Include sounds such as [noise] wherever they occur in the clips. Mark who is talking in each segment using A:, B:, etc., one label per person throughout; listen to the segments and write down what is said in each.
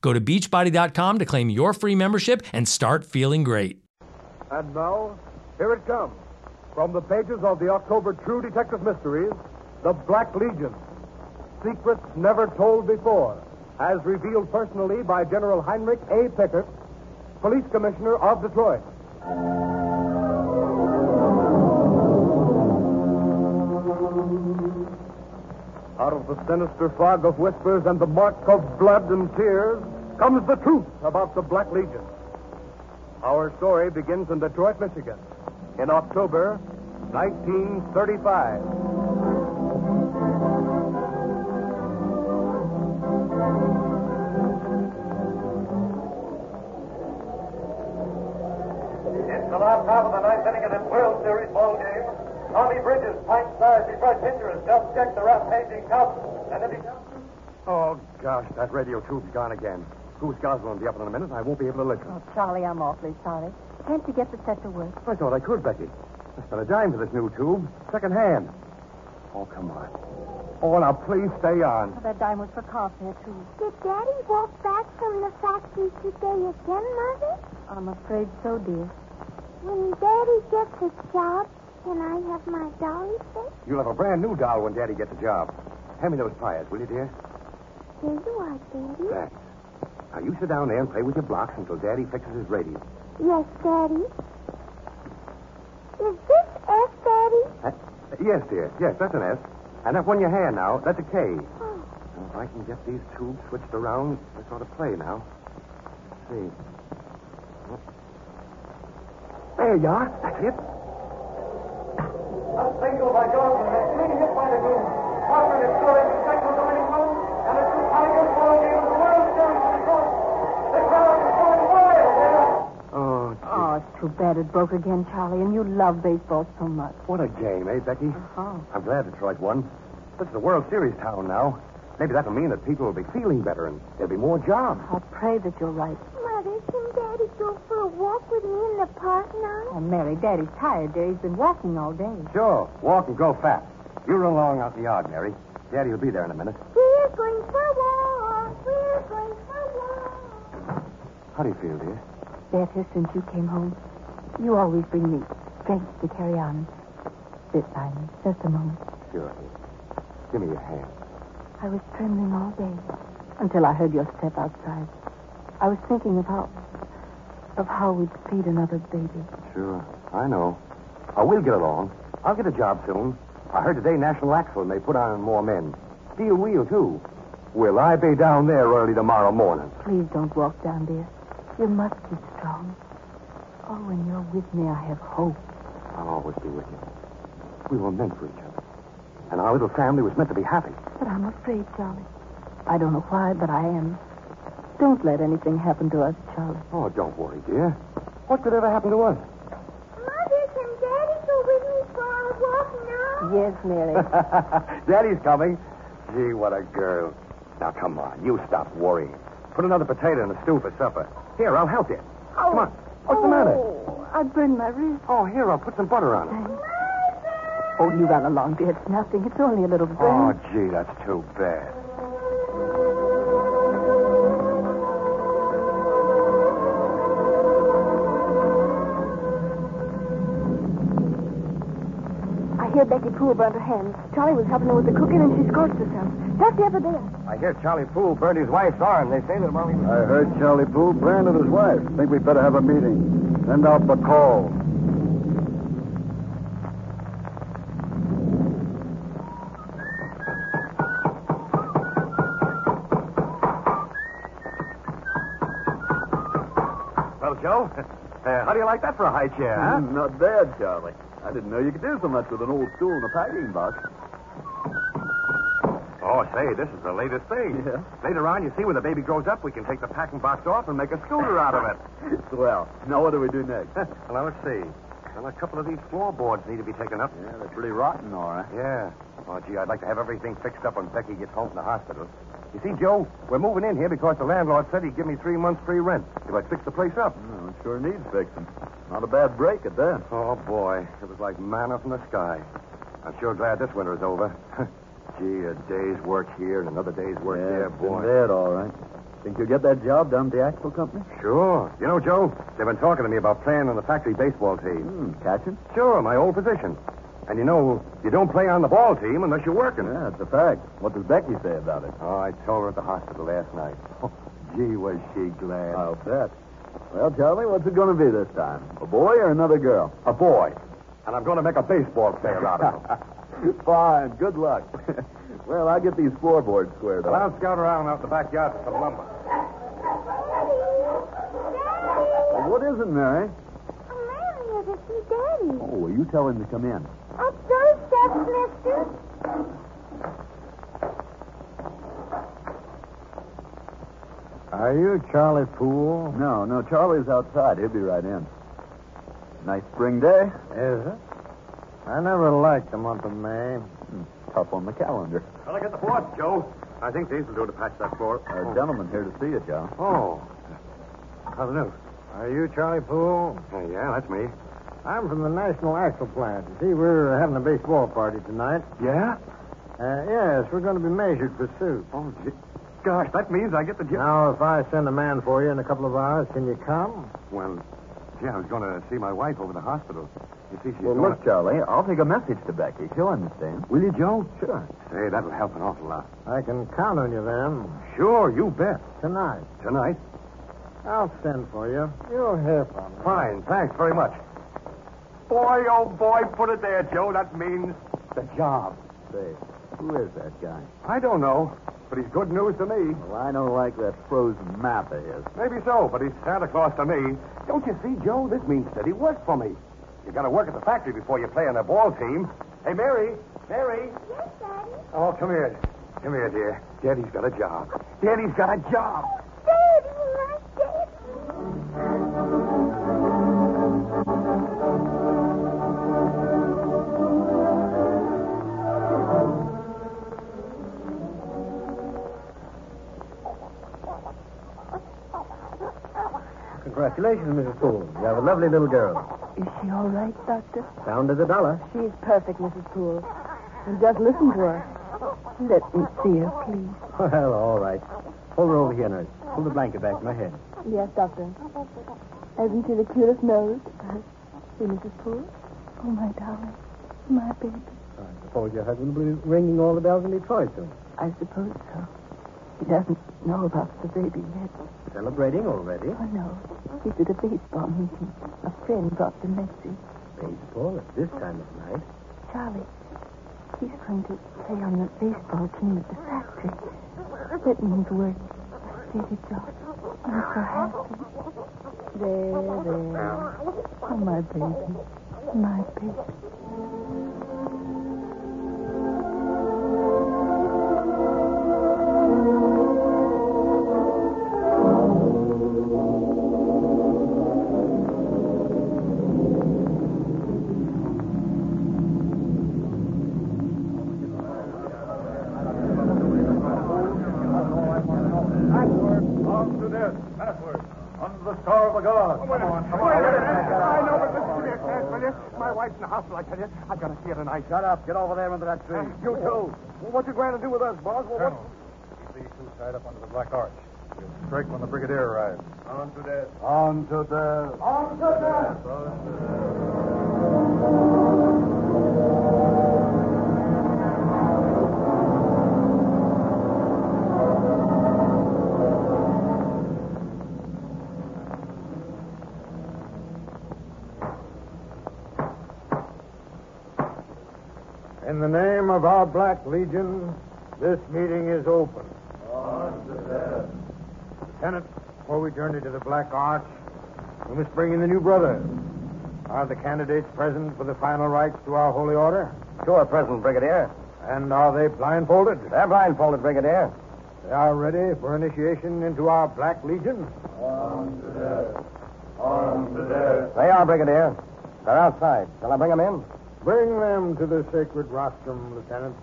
A: Go to beachbody.com to claim your free membership and start feeling great.
B: And now, here it comes. From the pages of the October True Detective Mysteries, The Black Legion. Secrets never told before, as revealed personally by General Heinrich A. Pickett, Police Commissioner of Detroit. Out of the sinister fog of whispers and the mark of blood and tears comes the truth about the Black Legion. Our story begins in Detroit, Michigan, in October 1935.
C: It's the last half of the ninth inning of this World Series ball game. Tommy Bridges, Pine Stars, Detroit pitcher, has just checked the rough paging count, and if he comes.
B: Oh, gosh, that radio tube's gone again. Goose Gosling will be up in a minute, and I won't be able to listen.
D: Oh, Charlie, I'm awfully sorry. Can't you get the set to work?
B: I thought I could, Becky. Less than a dime for this new tube, second hand. Oh, come on. Oh, now please stay on.
D: Oh, that dime was for carfare, too.
E: Did Daddy walk back from the factory today again, Mother?
D: I'm afraid so, dear.
E: When Daddy gets a job, can I have my dolly set?
B: You'll have a brand new doll when Daddy gets a job. Hand me those pliers, will you, dear?
E: Here you are, Daddy.
B: Thanks. Now you sit down there and play with your blocks until Daddy fixes his radio.
E: Yes, Daddy. Is this F, Daddy?
B: Huh? yes, dear. Yes, that's an S. And that one you hand now, that's a K. And
E: Oh,
B: if I can get these tubes switched around, this ought to play now. Let's see. Yep. There you are. That's it.
C: A single by Johnson, a clean hit by the Goon. Cochran is scoring the second of the winning run, and it's the Tigers' ball game in the World Series in Detroit. The crowd is going wild there.
B: Oh, gee,
D: Oh, it's too bad it broke again, Charlie, and you love baseball so much.
B: what a game, eh, Becky?
D: Oh.
B: I'm glad Detroit won. This is a World Series town now. Maybe that'll mean that people will be feeling better and there'll be more jobs.
D: I pray that you're right.
E: Mother, can Daddy go for a walk with me in the park now?
D: Oh, Mary, Daddy's tired, dear. He's been walking all day.
B: Sure. Walk and go fast. You run along out in the yard, Mary. Daddy will be there in a minute.
E: We're going for a walk. We're going for a walk.
B: How do you feel, dear?
D: Better since you came home. You always bring me strength to carry on. Sit by me just a moment.
B: Sure. Give me your hand.
D: I was trembling all day until I heard your step outside. I was thinking of how, of how we'd feed another baby.
B: Sure. I know. I will get along. I'll get a job soon. I heard today National Axle and they put on more men. Steel wheel, too. Will I be down there early tomorrow morning?
D: Please don't walk down, dear. You must be strong. Oh, when you're with me, I have hope.
B: I'll always be with you. We were meant for each other. And our little family was meant to be happy.
D: But I'm afraid, Charlie. I don't know why, but I am. Don't let anything happen to us, Charlie.
B: Oh, don't worry, dear. What could ever happen to us? [laughs]
E: Mother, can Daddy go with me for a walk now?
D: Yes, Mary.
B: Daddy's coming. Gee, what a girl. Now, come on. You stop worrying. Put another potato in the stew for supper. Here, I'll help you. Come on. What's the matter?
D: Oh, [laughs] I burned my wrist.
B: Oh, here, I'll put some butter on it.
D: Oh, you run along, dear. It's nothing. It's only a little
B: Oh,
D: burn.
B: gee, that's too bad.
D: I hear Becky Poole burned her hand. Charlie was helping her with the cooking, and she scorched herself. Just the other day.
B: I hear Charlie Poole burned his wife's arm. They say that while he was...
F: I heard Charlie Poole branded his wife. Think we'd better have a meeting.
G: Send out the call.
B: Well, Joe, [laughs] uh, how do you like that for a high chair, huh?
G: Not bad, Charlie. I didn't know you could do so much with an old stool and a packing box.
B: Oh, say, this is the latest thing. Later on, you see, when the baby grows up, we can take the packing box off and make a scooter out of it.
G: [laughs] Well, now what do we do next? yeah,
B: [laughs] well, let's see. Well, a couple of these floorboards need to be taken up.
G: they're pretty rotten, all right.
B: Yeah. Oh, gee, I'd like to have everything fixed up when Becky gets home from the hospital. You see, Joe, we're moving in here because the landlord said he'd give me three months free rent if I'd fix the place up.
G: Mm, it sure needs fixing. Not a bad break at that.
B: Oh, boy. It was like manna from the sky. I'm sure glad this winter is over. [laughs] Gee, a day's work here and another day's work
G: yeah,
B: there,
G: it's been
B: boy.
G: bad, all right. Think you'll get that job down at the axle company?
B: Sure. You know, Joe, they've been talking to me about playing on the factory baseball team.
G: Hmm, catching?
B: Sure, my old position. And you know, you don't play on the ball team unless you're working.
G: Yeah, it's a fact. What does Becky say about it?
B: Oh, I told her at the hospital last night. [laughs] Oh, gee, was she glad.
G: I'll bet. Well, Charlie, what's it going to be this time? A boy or another girl?
B: a boy. And I'm going to make a baseball player out of him.
G: [laughs] Fine. Good luck. [laughs] well, I'll get these floorboards squared
B: well,
G: up.
B: I'll scout around out the backyard for some lumber.
G: Well, what is it, Mary?
E: Amalia, this is Daddy.
G: Oh, will you tell him to come in?
E: Up those steps, mister.
G: Are you Charlie Poole? No, no. Charlie's outside. He'll be right in. Nice spring day.
B: Is it? I never liked the month of May.
G: Tough on the calendar.
B: Well, look at the boards, Joe. I think these will do to patch that floor.
G: A
H: Oh.
G: gentleman here to see you, John.
B: Oh. How do you Are you Charlie Poole? Uh, yeah, that's me.
I: I'm from the National Axle Plant. You see, we're having a baseball party tonight.
B: Yeah?
I: Uh, yes, we're going to be measured for suit.
B: Oh, gee. gosh, that means I get the job.
I: Now, if I send a man for you in a couple of hours, can you come?
B: Well, gee, I was going to see my wife over the hospital. You see, she's
G: Well,
B: going
G: look, Charlie, I'll take a message to Becky. She'll understand. Will you, Joe? Sure.
B: Say, that'll help an awful lot.
I: I can count on you then.
B: Sure, you bet.
I: Tonight.
B: Tonight?
I: I'll send for you. You'll hear from me.
B: Fine, thanks very much. Boy, oh boy, put it there, Joe. That means the job.
G: Say, who is that guy?
B: I don't know, but he's good news to me.
G: Well, I don't like that frozen map of his.
B: Maybe so, but he's Santa Claus to me. Don't you see, Joe? This means steady work for me. You gotta work at the factory before you play on the ball team. Hey, Mary. Mary.
E: Yes, Daddy.
B: Oh, come here. Come here, dear. Daddy's got a job. Daddy's got a job.
E: Daddy, my daddy.
I: Congratulations, Mrs. Poole. You have a lovely little girl.
D: Is she all right, Doctor?
I: Down to the dollar. [laughs]
D: She's perfect, Mrs. Poole. And just listen to her. Let me see her, please.
I: Well, all right. Pull her over here, nurse. Pull the blanket back from her head.
D: Yes, Doctor. Hasn't she the cutest nose? [laughs] See, Mrs. Poole? Oh, my darling. My baby.
I: I suppose your husband will be ringing all the bells in Detroit soon.
D: I suppose so. He doesn't know about the baby yet.
I: Celebrating already.
D: Oh, no. He's at a baseball meeting. A friend brought the message.
I: Baseball at this time of night.
D: Charlie, he's going to play on the baseball team at the factory. That means work. A steady job. I'm so happy. There, there. Oh, my baby. My baby.
G: On to death, backward, under the star of the gods.
B: Oh, I know, but listen to me, I can't, will you? My wife's in the hospital, I tell you. I've got to see her tonight. Shut up. Get over there under that tree. You too. Well, what you going to do with us, Boswell? What...
G: Keep these two tied up under the black arch. We'll strike when the brigadier arrives. On to death.
B: On to the... In the name of our Black Legion, this meeting is open. Lieutenant, before we journey to the Black Arch, we must bring in the new brother. Are the candidates present for the final rites to our holy order?
C: Two are present, Brigadier.
B: And are they blindfolded?
C: They're blindfolded, Brigadier.
B: They are ready for initiation into our Black Legion?
C: They are, Brigadier. They're outside. Shall I bring them in?
B: Bring them to the sacred rostrum, Lieutenant.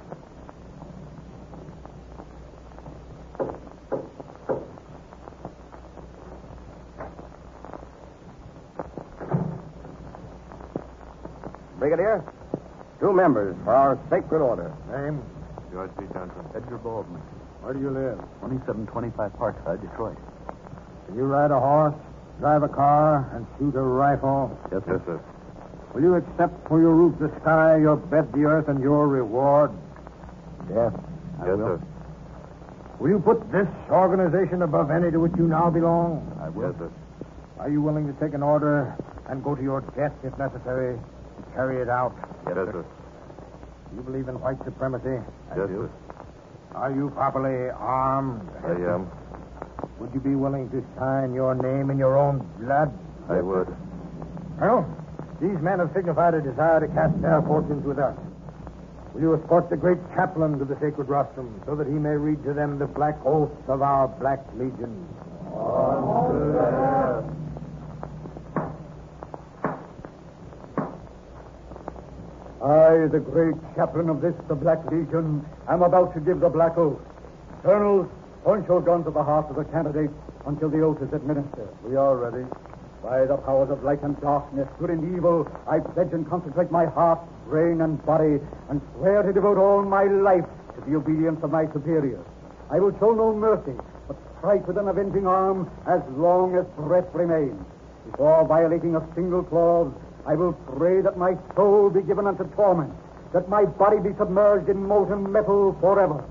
C: Brigadier, two members for our sacred order.
B: Name?
H: George B. Johnson. Edgar Baldwin.
B: Where do you live?
H: 2725 Parkside, Detroit.
B: Can you ride a horse, drive a car, and shoot a rifle?
H: Yes, sir. Yes, sir.
B: Will you accept for your roof the sky, your bed the earth, and your reward? Death. I
H: yes,
B: will.
H: sir.
B: Will you put this organization above any to which you now belong? I
H: Yes, sir.
B: Are you willing to take an order and go to your death if necessary to carry it out?
H: Yes, sir.
B: Do you believe in white supremacy?
H: Yes, sir.
B: Are you properly armed?
H: I am.
B: Would you be willing to sign your name in your own blood?
H: I would.
B: Colonel, these men have signified a desire to cast their fortunes with us. Will you escort the great chaplain to the sacred rostrum so that he may read to them the black oath of our black legion? I, the great chaplain of this, the Black Legion, am about to give the black oath. Colonel, point your guns at the heart of the candidate until the oath is administered. We are ready. By the powers of light and darkness, good and evil, I pledge and consecrate my heart, brain, and body, and swear to devote all my life to the obedience of my superiors. I will show no mercy, but strike with an avenging arm as long as breath remains. Before violating a single clause, I will pray that my soul be given unto torment, that my body be submerged in molten metal forever.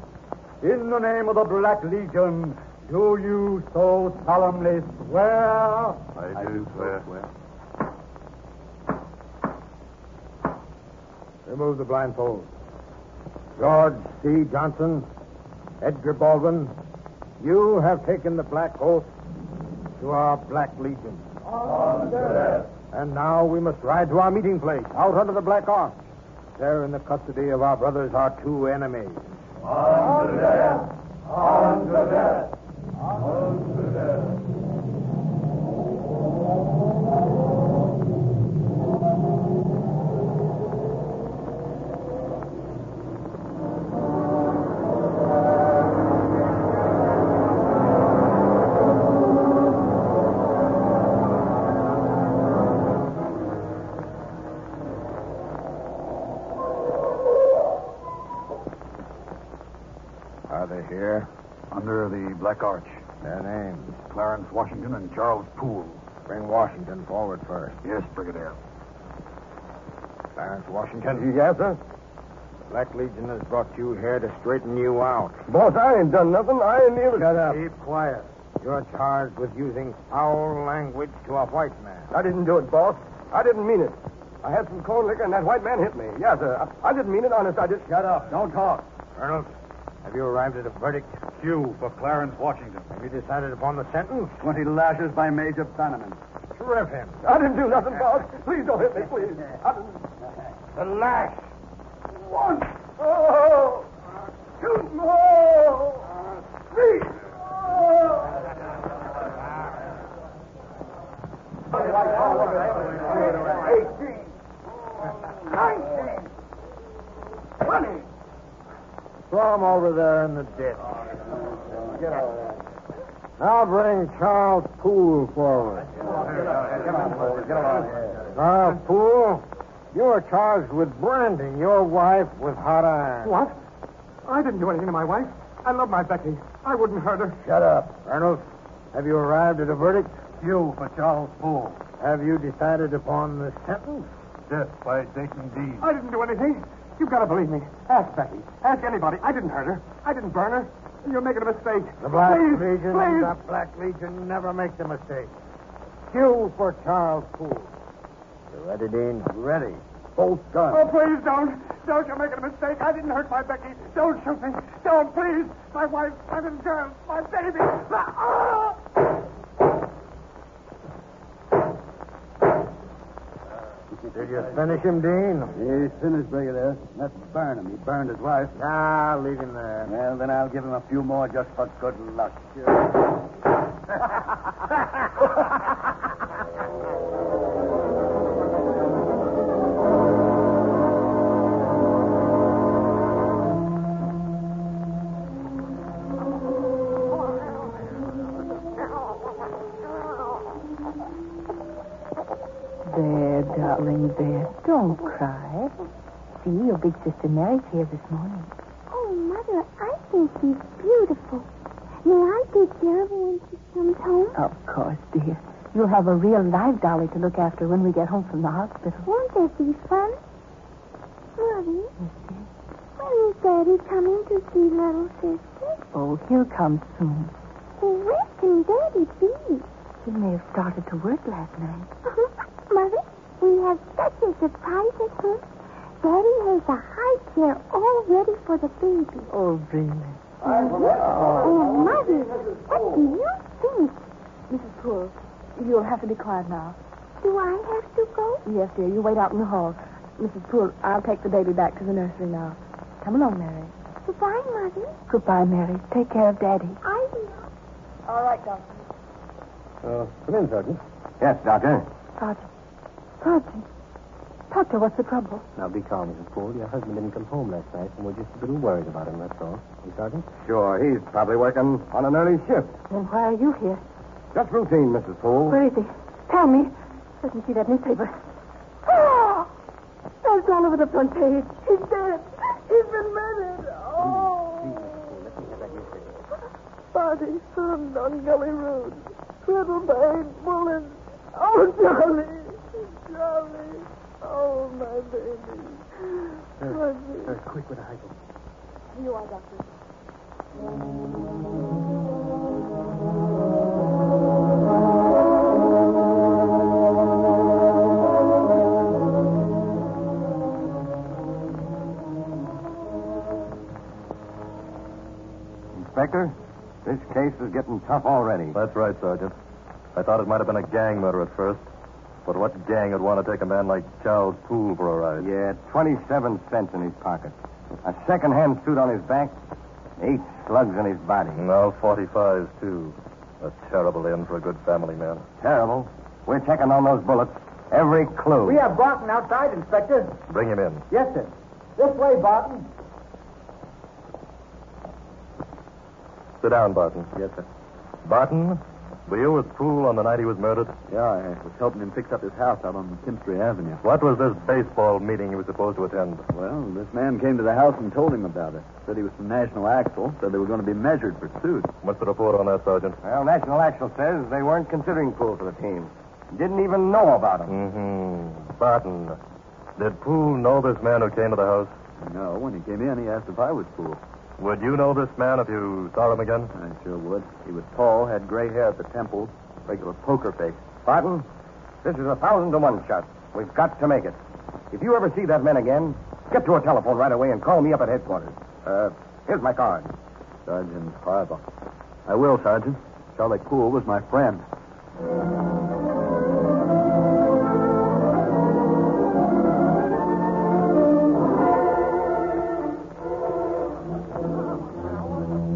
B: In the name of the Black Legion, do you so solemnly swear?
H: I do swear.
B: Remove the blindfold. George C. Johnson, Edgar Baldwin, you have taken the black oath to our Black Legion. And now we must ride to our meeting place, out under the Black Arch. There, in the custody of our brothers, are two enemies.
H: Are they here? Under the Black Arch.
B: Their names.
H: Clarence Washington and Charles Poole.
B: Bring Washington forward first.
H: Yes, Brigadier.
B: Clarence Washington,
C: Yes, sir.
B: the Black Legion has brought you here to straighten you out.
C: Boss, I ain't done nothing. I ain't even... Shut up.
B: Keep quiet. You're charged with using foul language to a white man.
C: I didn't do it, boss. I didn't mean it. I had some cold liquor and that white man hit me. Yes, sir. I, I didn't mean it, honest. I just... Shut up. Don't talk.
B: Colonel, have you arrived at a verdict?
H: Q for Clarence Washington.
B: Have you decided upon the sentence?
H: 20 lashes by Major Bannerman.
B: Strip him.
C: I didn't do nothing, boss. Please don't hit me, please. I didn't...
B: The lash.
C: One. Oh. Two more. Three. Eighteen. Nineteen. Twenty.
B: Throw him over there in the ditch. Now bring Charles Poole forward. Charles Poole, you are charged with branding your wife with hot iron.
C: What? I didn't do anything to my wife. I love my Becky. I wouldn't hurt her.
B: Shut up. Reynolds, have you arrived at a verdict?
H: Q for Charles Poole.
B: Have you decided upon the sentence?
H: Death by Jason Dean.
C: I didn't do anything. You've got to believe me. Ask Becky. Ask anybody. I didn't hurt her. I didn't burn her. You're making a mistake.
B: The Black
C: please,
B: Legion,
C: Please.
B: the Black Legion never makes a mistake. Q for Charles Poole. You ready, Dean? Ready. both guns.
C: Oh, please don't. Don't. You're making a mistake. I didn't hurt my Becky. Don't shoot me. Don't, please. My wife, my little girl, my baby. Ah!
J: Did you finish him, Dean?
B: He's finished, Brigadier. Let's burn him. He burned his wife.
J: Nah, leave him there.
B: Well, then I'll give him a few more just for good luck.
D: There, darling, there. Don't cry. See, your big sister Mary's here this morning.
E: Oh, Mother, I think he's beautiful. May I take care of him when she comes home?
D: Of course, dear. You'll have a real live dolly to look after when we get home from the hospital.
E: Won't that be fun? Mother,
D: Yes, dear.
E: when is Daddy coming to see little sister?
D: Oh, he'll come soon.
E: Well, where can Daddy be? [laughs]
D: He may have started to work last night.
E: Mother, we have such a surprise at home. Daddy has a high chair all ready for the baby.
D: Oh, really?
E: Oh, Mother, what do you think?
D: Mrs. Poole, you'll have to be quiet now.
E: Do I have to go?
D: Yes, dear, you wait out in the hall. Mrs. Poole, I'll take the baby back to the nursery now. Come along, Mary.
E: Goodbye, Mother.
D: Goodbye, Mary. Take care of Daddy.
E: I will.
D: All right, Doctor.
B: Uh, come in, Sergeant. Yes, Doctor.
D: Sergeant. Sergeant. Doctor, what's the trouble?
G: Now be calm, Mrs. Poole. Your husband didn't come home last night, and we're just a little worried about him, that's all. Hey, Sergeant?
B: Sure, he's probably working on an early shift.
D: Then why are you here?
B: Just routine, Mrs. Poole.
D: Where is he? Tell me. Let me see that newspaper. Oh! That's all over the front page. He's dead. He's been murdered. Oh! Body found on Gully Road. Riddle by eight bullets. Oh, Charlie. Charlie. Oh, my baby.
G: Uh, quick with the hypo.
D: You are, Doctor.
H: Inspector, this case is getting tough already.
K: That's right, Sergeant. I thought it might have been a gang murder at first. But what gang would want to take a man like Charles Poole for a ride?
H: Yeah, 27 cents in his pocket. A second-hand suit on his back. Eight slugs in his body.
K: Now 45s, too. A terrible end for a good family man.
H: Terrible. We're checking on those bullets. Every clue.
L: We have Barton outside, Inspector.
K: Bring him in.
L: Yes, sir. This way, Barton.
K: Sit down, Barton.
G: Yes, sir.
K: Barton, were you with Poole on the night he was murdered?
G: Yeah, I was helping him fix up his house out on Kinstry Avenue.
K: What was this baseball meeting he was supposed to attend?
G: Well, this man came to the house and told him about it. Said he was from National Axle, said they were going to be measured for suit.
K: What's the report on that, Sergeant?
H: Well, National Axle says they weren't considering Poole for the team. Didn't even know about him.
K: Mm-hmm. Barton, did Poole know this man who came to the house?
G: No, when he came in, he asked if I was Poole.
K: Would you know this man if you saw him again?
G: I sure would. He was tall, had gray hair at the temples, regular poker face.
H: Barton, this is a thousand to one shot. We've got to make it. If you ever see that man again, get to a telephone right away and call me up at headquarters. Uh, here's my card.
G: Sergeant Harbaugh. I will, Sergeant. Charlie Poole was my friend.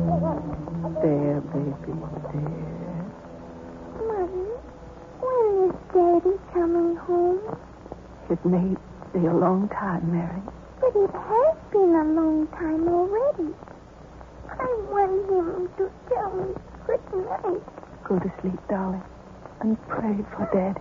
D: There, baby. There.
E: Mother, when is Daddy coming home?
D: It may be a long time, Mary.
E: But it has been a long time already. I want him to tell me good night.
D: Go to sleep, darling, and pray for Daddy.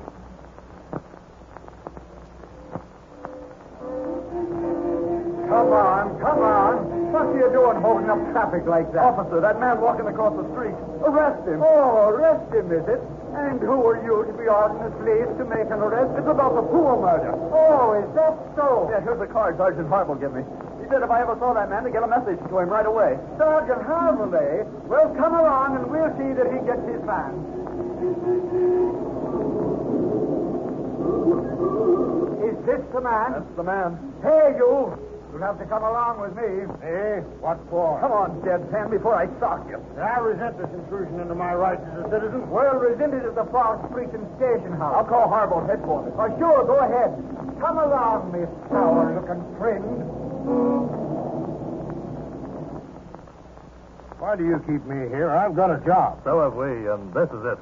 C: Come on, come on. What are you doing holding up traffic like that? Officer, that man walking across the street. Arrest him. Oh, arrest him, is it? And who are you to be ordering a slave to make an arrest? It's about the pool murder. Oh, is that so? Yeah, here's the card Sergeant Harville gave me. He said if I ever saw that man to get a message to him right away. Sergeant Harville, eh? Well, come along and we'll see that he gets his man. Is this the man. That's the man. Hey, you! You'll have to come along with me. Eh? What for? Come on, deadpan, before I sock you. I resent this intrusion into my rights as a citizen. Well, resent it at the Fox Creek and Station House. I'll call Harbaugh headquarters. Oh, sure, go ahead. Come along, me sour-looking friend.
J: Why do you keep me here? I've got a job.
K: So have we, and this is it.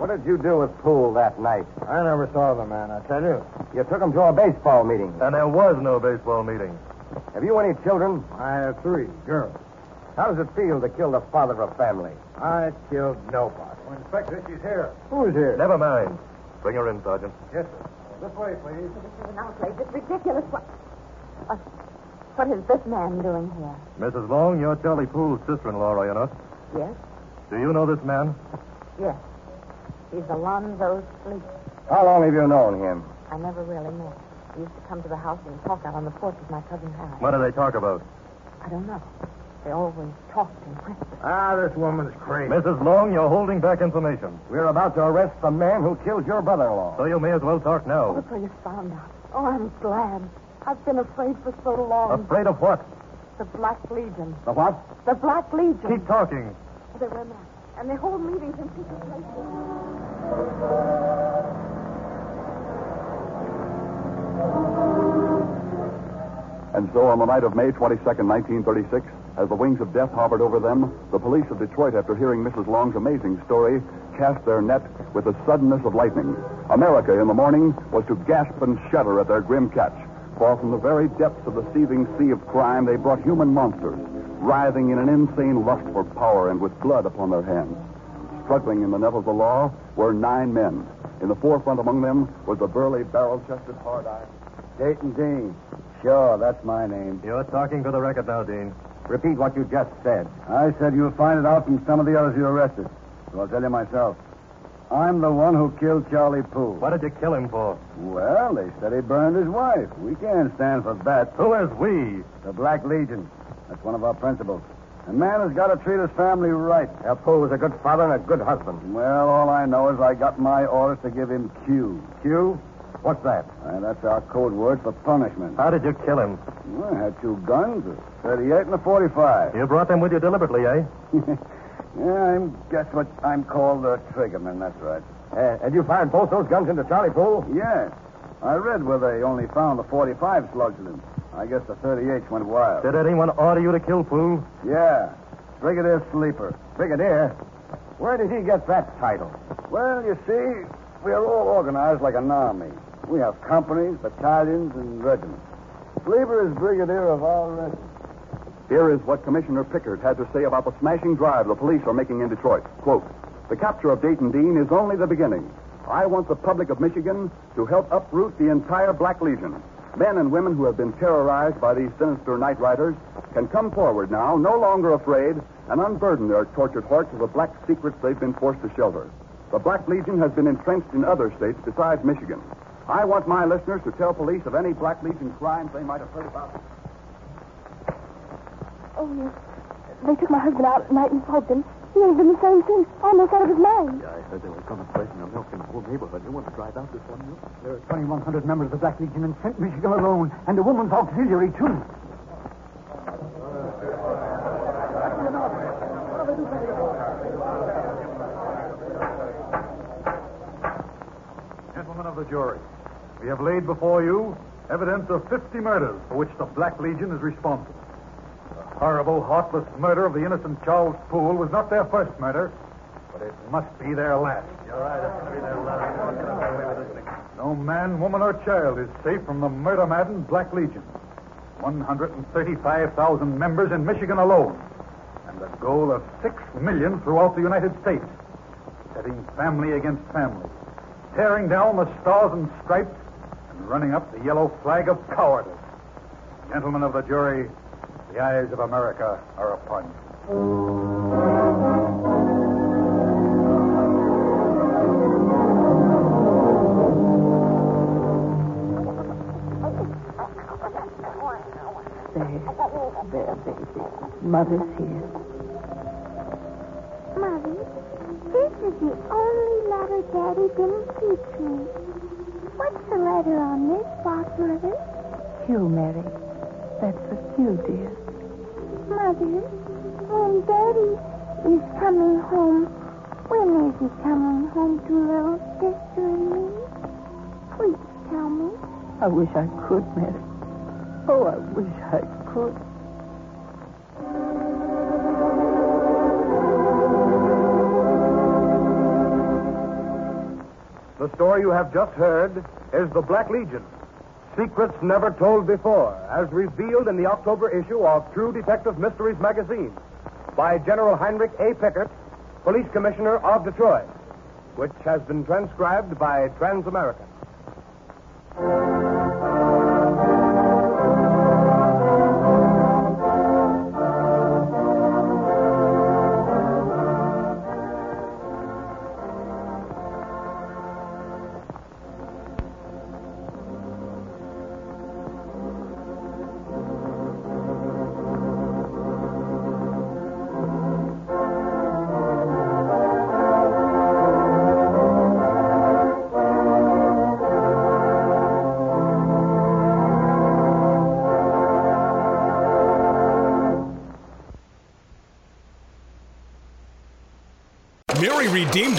H: What did you do with Poole that night?
J: I never saw the man, I tell you.
H: You took him to a baseball meeting.
K: And there was no baseball meeting.
H: Have you any children?
J: I have three girls.
H: How does it feel to kill the father of a family?
J: I killed nobody.
C: Well, Inspector, she's here.
J: Who's here?
K: Never mind. Bring her in, Sergeant.
C: Yes, sir. This way, please.
D: This is an outrage. It's ridiculous. What, what, what is this man doing here?
K: Mrs. Long, you're Charlie Poole's sister-in-law, are you not?
D: Yes,
K: Do you know this man?
D: yes. He's Alonzo Sleep.
H: How long have you known him?
D: I never really met. him. He used to come to the house and talk out on the porch with my cousin Harry.
K: What do they talk about?
D: I don't know. They always talked in whispers.
J: Ah, this woman's crazy.
K: Mrs. Long, you're holding back information.
H: We're about to arrest the man who killed your brother-in-law.
K: So you may as well talk now.
D: Look where you found out. Oh, I'm glad. I've been afraid for so long.
K: Afraid of what?
D: The Black Legion.
H: The what?
D: The Black Legion.
K: Keep talking.
D: They wear masks. And they hold meetings in secret places.
G: And so on the night of May 22, 1936, as the wings of death hovered over them, the police of Detroit, after hearing Mrs. Long's amazing story, cast their net with the suddenness of lightning. America in the morning was to gasp and shudder at their grim catch, for from the very depths of the seething sea of crime, they brought human monsters, writhing in an insane lust for power and with blood upon their hands. Struggling in the net of the law were nine men. In the forefront among them was the burly, barrel-chested, hard-eyed.
H: Dayton Dean. Sure, that's my name.
K: You're talking for the record now, Dean.
H: Repeat what you just said.
G: I said you'll find it out from some of the others you arrested. So I'll tell you myself. I'm the one who killed Charlie Poole.
K: What did you kill him for?
G: Well, they said he burned his wife. We can't stand for that.
K: Who is we?
G: The Black Legion. That's one of our principles. A man has got to treat his family right.
H: Now, Poole was a good father and a good husband.
G: Well, all I know is I got my orders to give him Q.
H: Q? What's that?
G: Uh, that's our code word for punishment.
K: How did you kill him?
G: Well, I had two guns, a 38 and a 45.
K: You brought them with you deliberately, eh?
G: [laughs] yeah, I'm guess what I'm called uh, a triggerman, that's right.
H: Uh, and you fired both those guns into Charlie Poole?
G: Yes. I read where they only found the 45 slugged at him. I guess the 38s went wild.
K: Did anyone order you to kill Poole?
G: Yeah. Brigadier Sleeper.
H: Brigadier. Where did he get that title?
G: Well, you see, we're all organized like an army. We have companies, battalions, and regiments. Sleeper is brigadier of our regiment. Here is what Commissioner Pickard had to say about the smashing drive the police are making in Detroit. Quote, the capture of Dayton Dean is only the beginning. I want the public of Michigan to help uproot the entire Black Legion. Men and women who have been terrorized by these sinister night riders can come forward now, no longer afraid, and unburden their tortured hearts of the black secrets they've been forced to shelter. The Black Legion has been entrenched in other states besides Michigan. I want my listeners to tell police of any Black Legion crimes they might have heard about.
D: Oh, yes. They took my husband out at night and robbed him. He was in the same thing, almost out of his mind.
G: I heard they were contemplating a milk in the whole neighborhood. You want to drive out this one milk?
L: There are 2,100 members of the Black Legion in St. Michigan alone, and a woman's auxiliary, too.
K: Gentlemen of the jury, we have laid before you evidence of 50 murders for which the Black Legion is responsible. The horrible, heartless murder of the innocent Charles Poole was not their first murder, but it must be their last. You're right, it must be their last. No man, woman, or child is safe from the murder maddened Black Legion. 135,000 members in Michigan alone, and a goal of 6 million throughout the United States, setting family against family tearing down the stars and stripes and running up the yellow flag of cowardice. Gentlemen of the jury, the eyes of America are upon you.
D: There, there, baby. Mother's here.
E: Mommy, this is the only letter Daddy didn't teach me. What's the letter on this box Mother?
D: Q, Mary. That's for Q, dear.
E: Mother? When Daddy is coming home, when is he coming home to little sister and me? Please tell me.
D: I wish I could, Mary. Oh, I wish I could.
B: The story you have just heard is The Black Legion. Secrets never told before, as revealed in the October issue of True Detective Mysteries magazine by General Heinrich A. Pickert, Police Commissioner of Detroit, which has been transcribed by Transamerica.
C: Mary redeemed